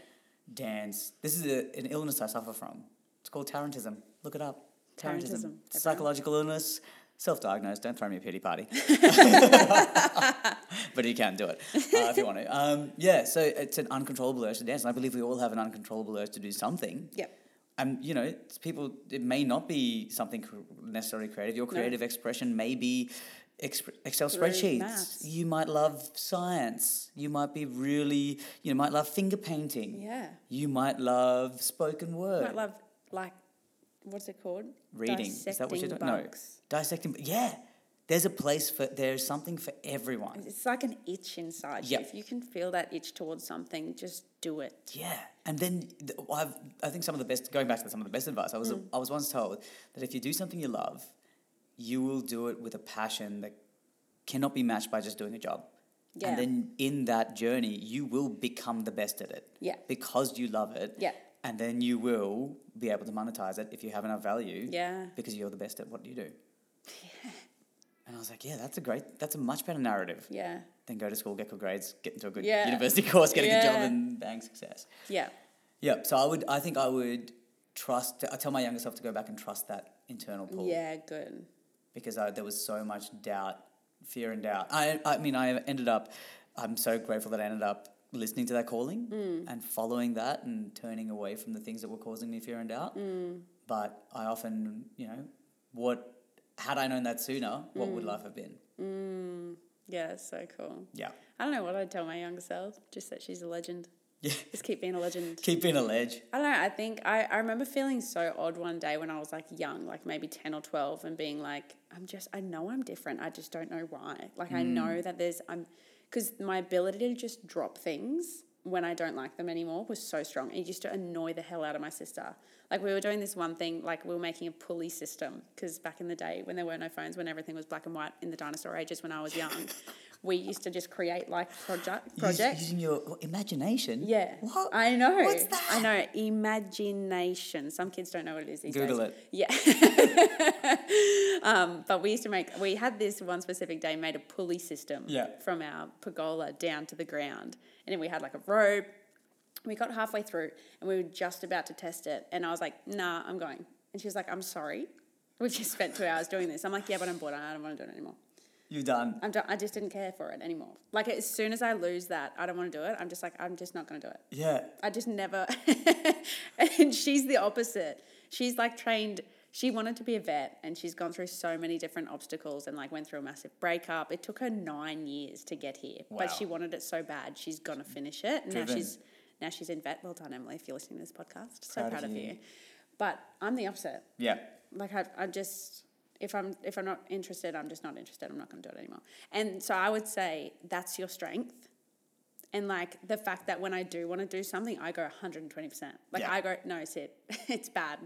Speaker 1: dance this is a, an illness i suffer from it's called tarantism look it up
Speaker 3: Tarantism,
Speaker 1: tarantism
Speaker 3: everyone.
Speaker 1: psychological illness self-diagnosed don't throw me a pity party but you can do it uh, if you want to um, yeah so it's an uncontrollable urge to dance and i believe we all have an uncontrollable urge to do something
Speaker 3: Yep.
Speaker 1: and you know it's people it may not be something cr- necessarily creative your creative expression may be exp- excel
Speaker 3: Through
Speaker 1: spreadsheets
Speaker 3: maths.
Speaker 1: you might love science you might be really you might love finger painting
Speaker 3: Yeah.
Speaker 1: you might love spoken word
Speaker 3: Might love like what's it called?
Speaker 1: reading is that what you're
Speaker 3: Dissecting
Speaker 1: doing
Speaker 3: bugs.
Speaker 1: no dissecting yeah there's a place for there's something for everyone
Speaker 3: It's like an itch inside
Speaker 1: Yep.
Speaker 3: you. If you can feel that itch towards something, just do it.
Speaker 1: Yeah, and then th- I've, I think some of the best going back to some of the best advice I was
Speaker 3: Mm.
Speaker 1: I was once told that if you do something you love, you will do it with a passion that cannot be matched by just doing a job.
Speaker 3: Yeah.
Speaker 1: And then in that journey, you will become the best at it.
Speaker 3: Yeah.
Speaker 1: Because you love it.
Speaker 3: Yeah.
Speaker 1: And then you will be able to monetize it if you have enough value.
Speaker 3: Yeah.
Speaker 1: Because you're the best at what you do. And I was like, yeah, that's a great, that's a much better narrative.
Speaker 3: Yeah.
Speaker 1: Then go to school, get good grades, get into a good
Speaker 3: Yeah.
Speaker 1: university course, get a good job,
Speaker 3: Yeah.
Speaker 1: and bang, success.
Speaker 3: Yeah.
Speaker 1: Yeah. So I would, I think I would trust, I tell my younger self to go back and trust that internal pull
Speaker 3: Yeah. Good.
Speaker 1: because I, there was so much doubt, fear, and doubt. I, I mean, I ended up, I'm so grateful that I ended up listening to that calling
Speaker 3: Mm.
Speaker 1: and following that and turning away from the things that were causing me fear and doubt.
Speaker 3: Mm.
Speaker 1: But I often, you know, what had I known that sooner, what
Speaker 3: Mm.
Speaker 1: would life have been?
Speaker 3: Yeah. That's so cool.
Speaker 1: Yeah.
Speaker 3: I don't know what I'd tell my younger self. Just that she's a legend.
Speaker 1: Yeah.
Speaker 3: Just keep being a legend.
Speaker 1: Keep being a ledge.
Speaker 3: I don't know. I think I, I remember feeling so odd one day when I was like young, like maybe 10 or 12, and being like, I'm just, I know I'm different. I just don't know why. Like, I know that there's, I'm, because my ability to just drop things when I don't like them anymore was so strong. It used to annoy the hell out of my sister. Like, we were doing this one thing, like, we were making a pulley system, because back in the day when there were no phones, when everything was black and white in the dinosaur ages when I was young, we used to just create like project,
Speaker 1: Use-
Speaker 3: projects.
Speaker 1: Using your imagination.
Speaker 3: Yeah.
Speaker 1: What?
Speaker 3: I know.
Speaker 1: What's that?
Speaker 3: I know. Imagination. Some kids don't know what it is these
Speaker 1: Google
Speaker 3: days.
Speaker 1: it.
Speaker 3: Yeah. um, but we used to make, we had this one specific day, made a pulley system
Speaker 1: Yeah.
Speaker 3: from our pergola down to the ground. And then we had like a rope. We got halfway through and we were just about to test it. And I was like, nah, I'm going. And she was like, I'm sorry. We just spent two hours doing this. I'm like, yeah, but I'm bored. I don't want to do it anymore.
Speaker 1: You've done.
Speaker 3: I'm do- I just didn't care for it anymore. Like, as soon as I lose that, I don't want to do it. I'm just like, I'm just not going to do it.
Speaker 1: Yeah.
Speaker 3: I just never. and she's the opposite. She's like trained. She wanted to be a vet, and she's gone through so many different obstacles, and like went through a massive breakup. It took her nine years to get here,
Speaker 1: Wow.
Speaker 3: but she wanted it so bad. She's gonna finish it. and Now
Speaker 1: Driven.
Speaker 3: she's now she's in vet. Well done, Emily, if you're listening to this podcast. So
Speaker 1: Proud of
Speaker 3: proud of
Speaker 1: you.
Speaker 3: you. But I'm the opposite
Speaker 1: Yeah.
Speaker 3: like I, I just if I'm if I'm not interested, I'm just not interested. I'm not going to do it anymore. And so I would say that's your strength. And like the fact that when I do want to do something, I go 120%. Like
Speaker 1: Yeah.
Speaker 3: I go, no, Sid, it's bad.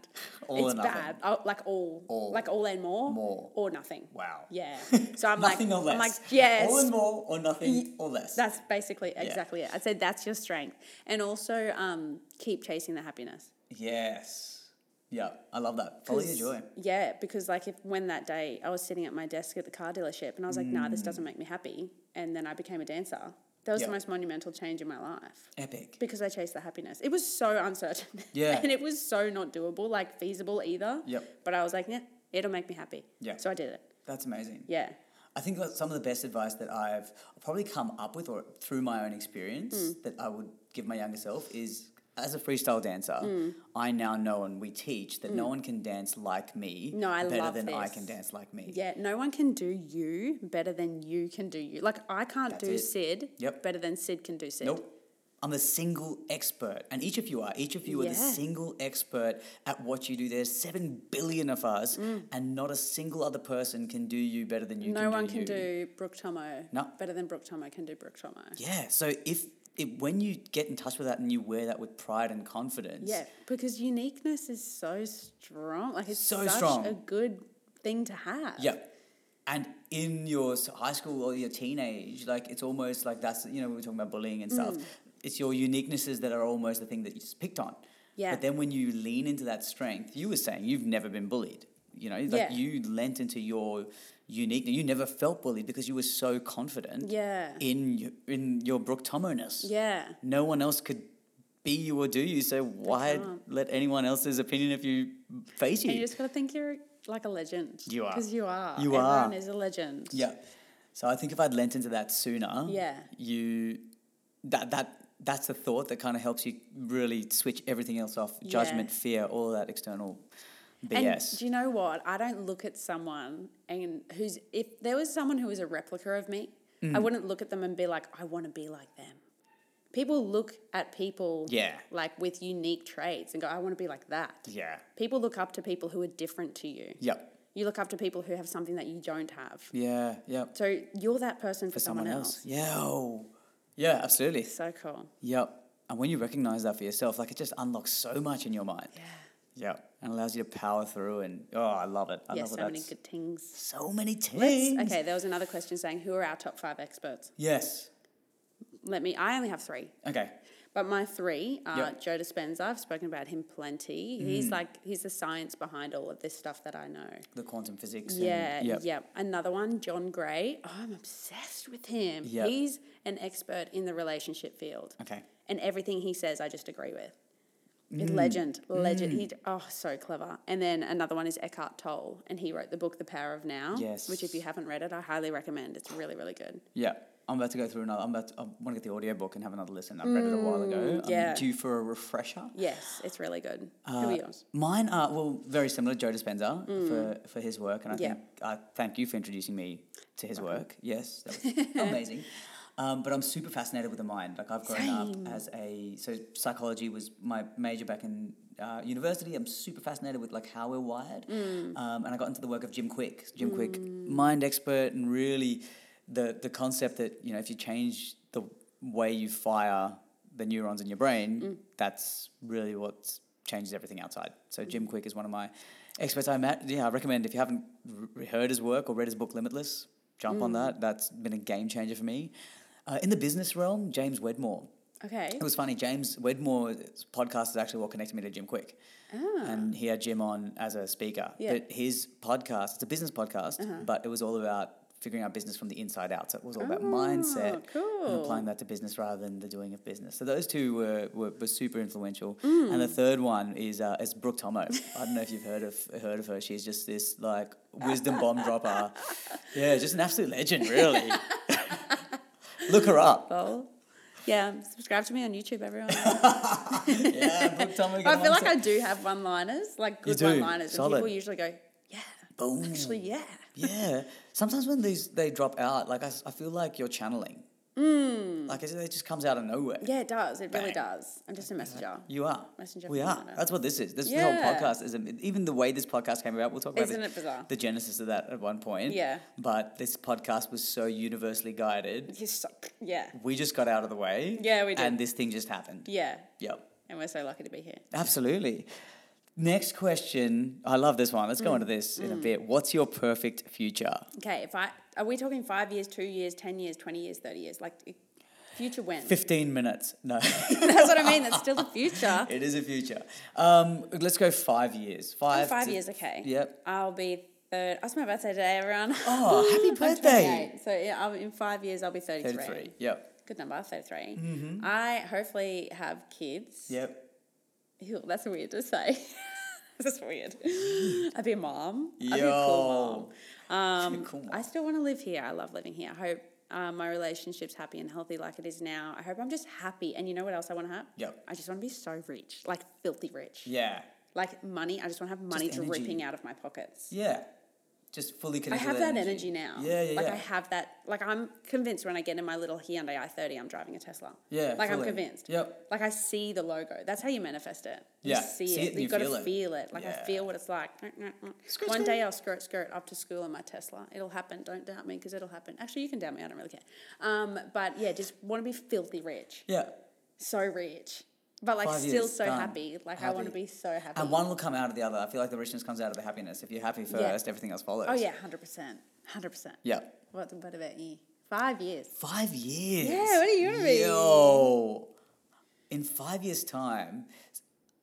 Speaker 1: All
Speaker 3: it's
Speaker 1: or nothing.
Speaker 3: bad. Oh, like all,
Speaker 1: All.
Speaker 3: Like all and more.
Speaker 1: More.
Speaker 3: Or nothing.
Speaker 1: Wow.
Speaker 3: Yeah. So I'm
Speaker 1: nothing
Speaker 3: like,
Speaker 1: or less.
Speaker 3: I'm like, yes.
Speaker 1: All and more or nothing or less.
Speaker 3: That's basically exactly it. I'd say that's your strength. And also um, keep chasing the happiness.
Speaker 1: Yes. Yeah, I love that. Follow your
Speaker 3: 'Cause-
Speaker 1: joy.
Speaker 3: Yeah, because like if when that day I was sitting at my desk at the car dealership and I was like, nah, this doesn't make me happy. And then I became a dancer. That was
Speaker 1: Yeah.
Speaker 3: the most monumental change in my life
Speaker 1: Epic.
Speaker 3: because I chased the happiness. It was so uncertain.
Speaker 1: Yeah.
Speaker 3: and it was so not doable, like feasible either.
Speaker 1: Yep.
Speaker 3: But I was like, yeah, it'll make me happy.
Speaker 1: Yeah.
Speaker 3: So I did it.
Speaker 1: That's amazing.
Speaker 3: Yeah.
Speaker 1: I think that some of the best advice that I've probably come up with or through my own experience
Speaker 3: Mm.
Speaker 1: that I would give my younger self is as a freestyle dancer,
Speaker 3: Mm.
Speaker 1: I now know and we teach that no one can dance like me
Speaker 3: No, I
Speaker 1: better
Speaker 3: love
Speaker 1: than I
Speaker 3: this.
Speaker 1: can dance like me.
Speaker 3: Yeah. No one can do you better than you can do you. Like I can't
Speaker 1: That's
Speaker 3: do
Speaker 1: it.
Speaker 3: Sid
Speaker 1: Yep.
Speaker 3: better than Sid can do Sid.
Speaker 1: Nope. I'm a single expert, and each of you are. Each of you are the
Speaker 3: Yeah.
Speaker 1: single expert at what you do. There's seven billion of us, and not a single other person can do you better than you.
Speaker 3: Mm. No
Speaker 1: can
Speaker 3: one
Speaker 1: do
Speaker 3: can
Speaker 1: you.
Speaker 3: do Brooke Tomo
Speaker 1: No.
Speaker 3: better than Brooke Tomo can do Brooke Tomo.
Speaker 1: Yeah. So if it, when you get in touch with that and you wear that with pride and confidence,
Speaker 3: Yeah, because uniqueness is so strong. Like it's
Speaker 1: So
Speaker 3: such
Speaker 1: strong.
Speaker 3: a good thing to have.
Speaker 1: Yeah. And in your s- high school or your teenage, like it's almost like that's you know we were talking about bullying and
Speaker 3: Mm.
Speaker 1: stuff. It's your uniquenesses that are almost the thing that you just picked on.
Speaker 3: Yeah.
Speaker 1: But then when you lean into that strength, you were saying you've never been bullied. You know, like
Speaker 3: Yeah.
Speaker 1: you lent into your uniqueness. You never felt bullied because you were so confident.
Speaker 3: Yeah.
Speaker 1: In your, in your Brooke Tomoness.
Speaker 3: Yeah.
Speaker 1: No one else could be you or do you. So why
Speaker 3: can't.
Speaker 1: let anyone else's opinion if you face you?
Speaker 3: And you just gotta think you're like a legend.
Speaker 1: You are.
Speaker 3: Because you are.
Speaker 1: You
Speaker 3: Everyone
Speaker 1: are.
Speaker 3: is a legend.
Speaker 1: Yeah. So I think if I'd lent into that sooner,
Speaker 3: Yeah.
Speaker 1: you that that that's the thought that kind of helps you really switch everything else off judgment, fear, all of that external
Speaker 3: And
Speaker 1: BS.
Speaker 3: do you know what? I don't look at someone and who's if there was someone who was a replica of me,
Speaker 1: Mm.
Speaker 3: I wouldn't look at them and be like, I want to be like them. People look at people
Speaker 1: Yeah.
Speaker 3: like with unique traits and go, I want to be like that.
Speaker 1: yeah.
Speaker 3: People look up to people who are different to you.
Speaker 1: Yep.
Speaker 3: You look up to people who have something that you don't have.
Speaker 1: Yeah. Yep.
Speaker 3: So you're that person for,
Speaker 1: For
Speaker 3: someone, else.
Speaker 1: Yeah. oh. Yeah, absolutely.
Speaker 3: So cool.
Speaker 1: Yep. And when you recognize that for yourself, like it just unlocks so much in your mind.
Speaker 3: Yeah.
Speaker 1: Yeah, and allows you to power through, and oh, I love it. I
Speaker 3: yeah,
Speaker 1: love
Speaker 3: so
Speaker 1: it.
Speaker 3: many good things.
Speaker 1: so many things.
Speaker 3: Let's, okay, there was another question saying, who are our top five experts?
Speaker 1: Yes.
Speaker 3: Let me, I only have three.
Speaker 1: Okay.
Speaker 3: But my three are
Speaker 1: Yep. Hmm.
Speaker 3: Joe Dispenza. I've spoken about him plenty. He's like he's the science behind all of this stuff that I know.
Speaker 1: The quantum physics. and-
Speaker 3: Yeah, yeah.
Speaker 1: yep.
Speaker 3: Another one, John Gray. Oh, I'm obsessed with him.
Speaker 1: Yep.
Speaker 3: He's an expert in the relationship field,
Speaker 1: Okay.
Speaker 3: and everything he says, I just agree with.
Speaker 1: Mm.
Speaker 3: Legend, legend. He oh, so clever. And then another one is Eckhart Tolle, and he wrote the book The Power of Now. Which, if you
Speaker 1: Yes. haven't
Speaker 3: haven't read it, I highly recommend. It's really, really good.
Speaker 1: Yeah. I'm about to go through another. I'm about to, I want to get the audiobook and have another listen. I've read it a while ago. I'm
Speaker 3: Mm, yeah.
Speaker 1: due for a refresher.
Speaker 3: Yes, it's really good.
Speaker 1: Uh,
Speaker 3: Who are yours?
Speaker 1: Mine are well very similar Joe Dispenza for, for his work, and I
Speaker 3: Mm. Yeah.
Speaker 1: think I thank you for introducing me to his work. Yes, that was amazing. Um, but I'm super fascinated with the mind. Like I've grown up as a so psychology was my major back in uh, university. I'm super fascinated with like how we're wired, um, and I got into the work of Jim Quick. Jim Quick, mind expert, and really the the concept that you know if you change the way you fire the neurons in your brain, that's really what changes everything outside. So Jim Quick is one of my experts I met. Yeah, I recommend if you haven't r- heard his work or read his book Limitless, jump on that. That's been a game changer for me. Uh, in the business realm, James Wedmore.
Speaker 3: Okay.
Speaker 1: It was funny. James Wedmore's podcast is actually what connected me to Jim Quick, and he had Jim on as a speaker.
Speaker 3: Ah. Yeah. Uh-huh.
Speaker 1: But his podcast—it's a business podcast, but it was all about figuring out business from the inside out. So it was all about mindset and
Speaker 3: Ah, cool.
Speaker 1: applying that to business rather than the doing of business. So those two were, were, were super influential. And
Speaker 3: Mm.
Speaker 1: the third one is uh, is Brooke Tomo. I don't know if you've heard of heard of her. She's just this like wisdom bomb dropper. Yeah, just an absolute legend, really. Look her up.
Speaker 3: Well, yeah, subscribe to me on YouTube, everyone.
Speaker 1: Yeah, Brooke Tomo. get
Speaker 3: I feel
Speaker 1: on
Speaker 3: like
Speaker 1: to-
Speaker 3: I do have one-liners, like good
Speaker 1: do.
Speaker 3: one-liners, and people
Speaker 1: Solid. Mm.
Speaker 3: usually go, "Yeah,
Speaker 1: Boom.
Speaker 3: actually, yeah."
Speaker 1: Yeah. Sometimes when these they drop out, like I, s- I feel like you're channeling. Mm. Like it it just comes out of nowhere.
Speaker 3: Yeah, it does. It really
Speaker 1: Bang.
Speaker 3: does. I'm just a messenger.
Speaker 1: You are.
Speaker 3: Messenger
Speaker 1: we
Speaker 3: from
Speaker 1: are.
Speaker 3: Canada.
Speaker 1: That's what this is. This,
Speaker 3: Yeah.
Speaker 1: this whole podcast is am- even the way this podcast came about. We'll talk about
Speaker 3: Isn't
Speaker 1: the,
Speaker 3: it bizarre?
Speaker 1: the genesis of that at one point.
Speaker 3: Yeah.
Speaker 1: But this podcast was so universally guided.
Speaker 3: You suck. Yeah,
Speaker 1: We just got out of the way.
Speaker 3: Yeah, we did.
Speaker 1: And this thing just happened.
Speaker 3: yeah,
Speaker 1: Yep.
Speaker 3: and we're so lucky to be here.
Speaker 1: Absolutely. Next question. I love this one. Let's
Speaker 3: Mm.
Speaker 1: go on to this in a bit. What's your perfect future?
Speaker 3: Okay, if I are we talking five years, two years, ten years, twenty years, thirty years, like i- future when?
Speaker 1: 15 minutes. No.
Speaker 3: That's what I mean. That's still the future.
Speaker 1: It is a future. Um, let's go five years. Five.
Speaker 3: Oh, Five
Speaker 1: to-
Speaker 3: years, okay.
Speaker 1: Yep.
Speaker 3: I'll be third. Oh, it's my birthday today, everyone.
Speaker 1: Oh, happy
Speaker 3: I'm
Speaker 1: birthday.
Speaker 3: 28, So yeah, I'll, in five years, I'll be 33.
Speaker 1: Thirty-three. Mm-hmm. Yep.
Speaker 3: Good number, 33. I hopefully have kids.
Speaker 1: Yep.
Speaker 3: Ew, that's weird to say. that's weird. I'd be a mom. I'd be a
Speaker 1: Yo.
Speaker 3: cool mom. Um,
Speaker 1: cool
Speaker 3: I
Speaker 1: mom.
Speaker 3: still want to live here. I love living here. I hope uh, my relationship's happy and healthy like it is now. I hope I'm just happy. And you know what else I want to have?
Speaker 1: Yep.
Speaker 3: I just want to be so rich, like filthy rich.
Speaker 1: Yeah.
Speaker 3: Like money. I just want to have money
Speaker 1: energy.
Speaker 3: dripping out of my pockets.
Speaker 1: Yeah. Just fully
Speaker 3: I
Speaker 1: connected.
Speaker 3: have
Speaker 1: to
Speaker 3: that energy. now.
Speaker 1: Yeah, yeah,
Speaker 3: Like
Speaker 1: yeah.
Speaker 3: I have that. Like I'm convinced when I get in my little Hyundai i30, I'm driving a Tesla.
Speaker 1: Yeah,
Speaker 3: Like I'm
Speaker 1: fully.
Speaker 3: convinced.
Speaker 1: Yep.
Speaker 3: Like I see the logo. That's how you manifest it. You
Speaker 1: Yeah,
Speaker 3: See,
Speaker 1: see it
Speaker 3: it.
Speaker 1: and
Speaker 3: You've
Speaker 1: you
Speaker 3: got
Speaker 1: feel
Speaker 3: to
Speaker 1: it.
Speaker 3: feel it. Like I
Speaker 1: Yeah.
Speaker 3: feel what it's like. Mm,
Speaker 1: Skirt,
Speaker 3: One
Speaker 1: skirt.
Speaker 3: day I'll skirt skirt up to school in my Tesla. It'll happen. Don't doubt me because it'll happen. Actually, you can doubt me. I don't really care. Um, but yeah, just want to be filthy rich.
Speaker 1: Yeah.
Speaker 3: So rich. But like
Speaker 1: Five
Speaker 3: still
Speaker 1: years,
Speaker 3: so
Speaker 1: done.
Speaker 3: happy. Like I want to
Speaker 1: Happy.
Speaker 3: be so happy.
Speaker 1: And one will come out of the other. I feel like the richness comes out of the happiness. If you're happy first, everything else follows.
Speaker 3: Oh yeah, hundred percent. Hundred percent.
Speaker 1: Yeah.
Speaker 3: What, what about you? Five years.
Speaker 1: Five years.
Speaker 3: Yeah, what are you gonna be?
Speaker 1: Yo. In five years' time,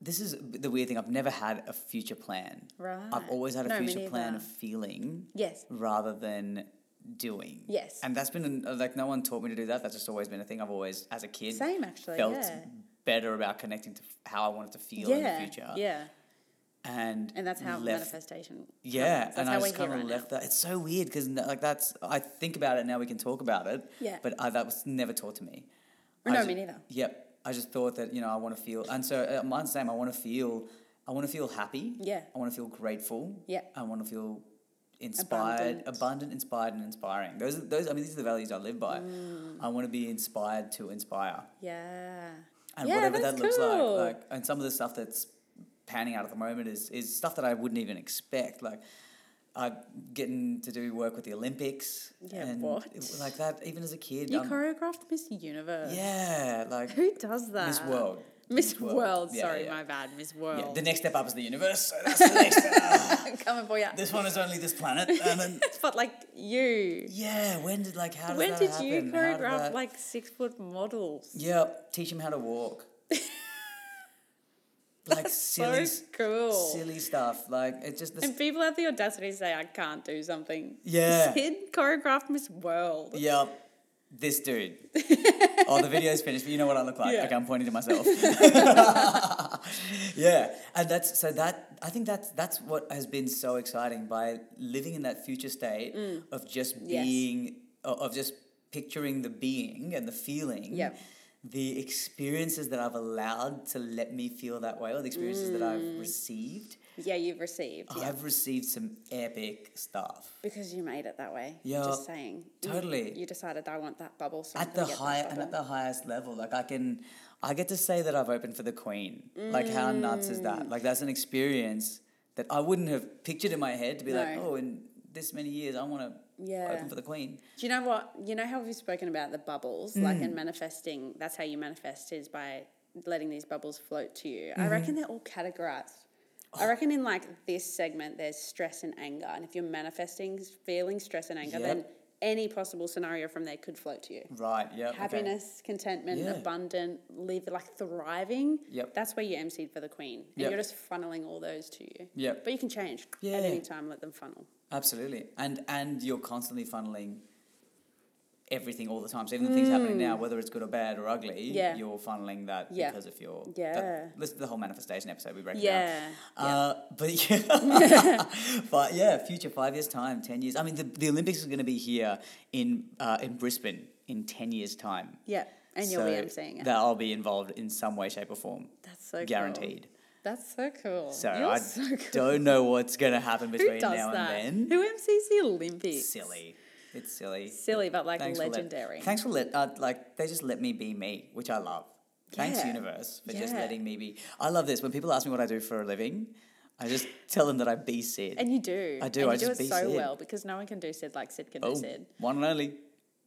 Speaker 1: this is the weird thing. I've never had a future plan.
Speaker 3: Right.
Speaker 1: I've always had a
Speaker 3: No, me
Speaker 1: future plan
Speaker 3: neither.
Speaker 1: of feeling.
Speaker 3: Yes.
Speaker 1: rather than doing.
Speaker 3: Yes.
Speaker 1: And that's been an- like no one taught me to do that. That's just always been a thing I've always, as a kid,
Speaker 3: Same, actually,
Speaker 1: felt
Speaker 3: yeah.
Speaker 1: better about connecting to f- how I wanted to feel in the future.
Speaker 3: Yeah.
Speaker 1: And
Speaker 3: And that's how
Speaker 1: left,
Speaker 3: manifestation.
Speaker 1: Yeah,
Speaker 3: happens. That's
Speaker 1: and
Speaker 3: how
Speaker 1: I
Speaker 3: we're
Speaker 1: just
Speaker 3: here
Speaker 1: kind of
Speaker 3: right
Speaker 1: left that. It's so weird because like that's I think about it now. We can talk about it.
Speaker 3: Yeah.
Speaker 1: But I, that was never taught to me.
Speaker 3: No,
Speaker 1: just-
Speaker 3: me neither.
Speaker 1: Yep. I just thought that you know I want to feel, and so uh, mine's the same. I want to feel, I want to feel happy.
Speaker 3: Yeah.
Speaker 1: I want to feel grateful.
Speaker 3: Yeah.
Speaker 1: I want to feel inspired,
Speaker 3: Abundant.
Speaker 1: abundant. inspired, and inspiring. Those, are, those. I mean, these are the values I live by.
Speaker 3: Mm.
Speaker 1: I want to be inspired to inspire,
Speaker 3: Yeah.
Speaker 1: and
Speaker 3: Yeah,
Speaker 1: whatever
Speaker 3: that's
Speaker 1: that looks like,
Speaker 3: cool.
Speaker 1: like, and some of the stuff that's panning out at the moment is is stuff that I wouldn't even expect, like. I'm getting to do work with the Olympics.
Speaker 3: Yeah,
Speaker 1: and
Speaker 3: what?
Speaker 1: it- Like that, even as a kid.
Speaker 3: You
Speaker 1: I'm-
Speaker 3: choreographed Miss Universe.
Speaker 1: yeah, like
Speaker 3: Who does that?
Speaker 1: Miss World.
Speaker 3: Miss World,
Speaker 1: Yeah,
Speaker 3: sorry,
Speaker 1: yeah.
Speaker 3: my bad. Miss
Speaker 1: Yeah,
Speaker 3: World.
Speaker 1: the next step up is the universe. So that's the next step.
Speaker 3: Coming for you.
Speaker 1: this one is only this planet. Um, And then,
Speaker 3: but like you.
Speaker 1: yeah, when did like how did
Speaker 3: When
Speaker 1: that
Speaker 3: did
Speaker 1: happen?
Speaker 3: you
Speaker 1: How did
Speaker 3: choreograph
Speaker 1: that-
Speaker 3: like six foot models?
Speaker 1: Yep, teach him how to walk. like silly,
Speaker 3: so cool.
Speaker 1: silly stuff. Like it just this,
Speaker 3: And people have the audacity to say, I can't do something.
Speaker 1: Yeah.
Speaker 3: Sid choreographed Miss World.
Speaker 1: yep. This dude. oh, the video's finished, but you know what I look like.
Speaker 3: Yeah.
Speaker 1: Okay, I'm pointing to myself. yeah, and that's so that I think that's that's what has been so exciting by living in that future state of just
Speaker 3: Mm. Yes.
Speaker 1: being o- of just picturing the being and the feeling.
Speaker 3: Yep.
Speaker 1: The experiences that I've allowed to let me feel that way, or the experiences that I've received,
Speaker 3: Yeah, you've received. Mm. Yeah.
Speaker 1: I've received some epic stuff.
Speaker 3: Because you made it that way.
Speaker 1: Yeah,
Speaker 3: Just saying. You-
Speaker 1: totally.
Speaker 3: You decided I want that bubble. So I'm
Speaker 1: at
Speaker 3: gonna
Speaker 1: the
Speaker 3: get that
Speaker 1: high and at
Speaker 3: bubble."
Speaker 1: the highest level like i can i get to say that i've opened for the queen like how nuts is that like that's an experience that i wouldn't have pictured in my head to be like
Speaker 3: No.
Speaker 1: oh in this many years i want to
Speaker 3: Yeah.
Speaker 1: open for the queen
Speaker 3: Do you know what? You know how we've spoken about the bubbles, like
Speaker 1: Mm.
Speaker 3: in manifesting. That's how you manifest is by letting these bubbles float to you.
Speaker 1: Mm-hmm.
Speaker 3: I reckon they're all categorized.
Speaker 1: Oh.
Speaker 3: I reckon in like this segment, there's stress and anger, and if you're manifesting s- feeling stress and anger,
Speaker 1: Yep.
Speaker 3: then any possible scenario from there could float to you.
Speaker 1: right yeah okay.
Speaker 3: Happiness, contentment,
Speaker 1: Yeah.
Speaker 3: abundant, live like thriving.
Speaker 1: Yep.
Speaker 3: That's where you emceed for the queen, and
Speaker 1: Yep.
Speaker 3: you're just funneling all those to you.
Speaker 1: Yep.
Speaker 3: But you can change
Speaker 1: Yeah.
Speaker 3: at any time. Let them funnel.
Speaker 1: absolutely and and you're constantly funneling everything all the time so even the things happening now whether it's good or bad or ugly
Speaker 3: Mm. Yeah.
Speaker 1: you're funneling that
Speaker 3: Yeah.
Speaker 1: because of your that-
Speaker 3: Yeah.
Speaker 1: listen to the whole manifestation episode we break it down
Speaker 3: Yeah.
Speaker 1: Uh, but yeah, but yeah, future five years time, ten years. I mean, the, the Olympics is going to be here in uh, in Brisbane in ten years time,
Speaker 3: Yeah. And you'll be
Speaker 1: So
Speaker 3: emceeing it.
Speaker 1: That I'll be involved in some way, shape, or form.
Speaker 3: That's so cool.
Speaker 1: guaranteed.
Speaker 3: That's so cool.
Speaker 1: So
Speaker 3: You're
Speaker 1: I
Speaker 3: so cool.
Speaker 1: don't know what's going to happen
Speaker 3: Who
Speaker 1: between
Speaker 3: does
Speaker 1: now
Speaker 3: that?
Speaker 1: and then.
Speaker 3: Who MCs the Olympics?
Speaker 1: Silly, it's silly.
Speaker 3: Silly, but like
Speaker 1: Thanks for let-
Speaker 3: legendary.
Speaker 1: thanks for let uh, like they just let me be me, which I love. Thanks
Speaker 3: Yeah.
Speaker 1: universe for just
Speaker 3: Yeah.
Speaker 1: letting me be. I love this when people ask me what I do for a living. I just tell them that I be Sid.
Speaker 3: and you do.
Speaker 1: I do,
Speaker 3: And you
Speaker 1: I
Speaker 3: do
Speaker 1: just
Speaker 3: it
Speaker 1: be
Speaker 3: so
Speaker 1: Sid.
Speaker 3: well because no one can do Sid like Sid can do Sid.
Speaker 1: Oh, one and only.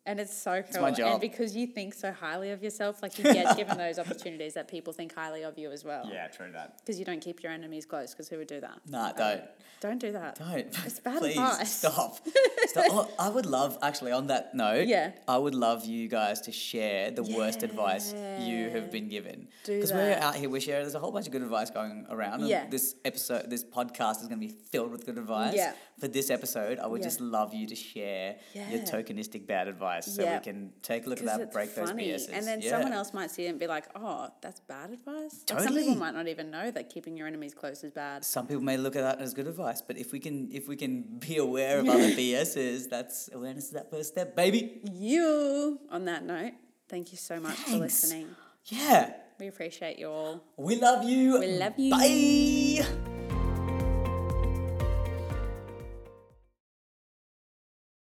Speaker 3: And it's so cool.
Speaker 1: my
Speaker 3: And
Speaker 1: job.
Speaker 3: because you think so highly of yourself, like you get given those opportunities that people think highly of you as well.
Speaker 1: Yeah, true that.
Speaker 3: Because you don't keep your enemies close because who would do that?
Speaker 1: Nah, don't.
Speaker 3: Don't do that.
Speaker 1: Don't.
Speaker 3: Um, It's bad
Speaker 1: Please
Speaker 3: advice.
Speaker 1: stop. stop. Oh, I would love, actually, on that note,
Speaker 3: Yeah.
Speaker 1: I would love you guys to share the worst advice you have been given.
Speaker 3: Do
Speaker 1: Because we're
Speaker 3: that.
Speaker 1: out here, we're sharing, there's a whole bunch of good advice going around. and
Speaker 3: Yeah.
Speaker 1: This episode, this podcast is going to be filled with good advice.
Speaker 3: Yeah.
Speaker 1: For this episode, I would
Speaker 3: Yeah.
Speaker 1: just love you to share your
Speaker 3: Yeah.
Speaker 1: tokenistic bad advice so
Speaker 3: Yeah.
Speaker 1: we can take a look at
Speaker 3: Because
Speaker 1: that,
Speaker 3: it's
Speaker 1: break
Speaker 3: funny.
Speaker 1: those BSs.
Speaker 3: And then
Speaker 1: Yeah.
Speaker 3: someone else might see it and be like, oh, that's bad advice. Like some people
Speaker 1: Totally.
Speaker 3: might not even know that keeping your enemies close is bad.
Speaker 1: some people may look at that as good advice, but if we can if we can be aware of other BSs, that's awareness is that first step, baby.
Speaker 3: you. On that note, thank you so much for
Speaker 1: Thanks.
Speaker 3: listening.
Speaker 1: Yeah.
Speaker 3: We appreciate you all.
Speaker 1: We love you.
Speaker 3: We love you.
Speaker 1: Bye.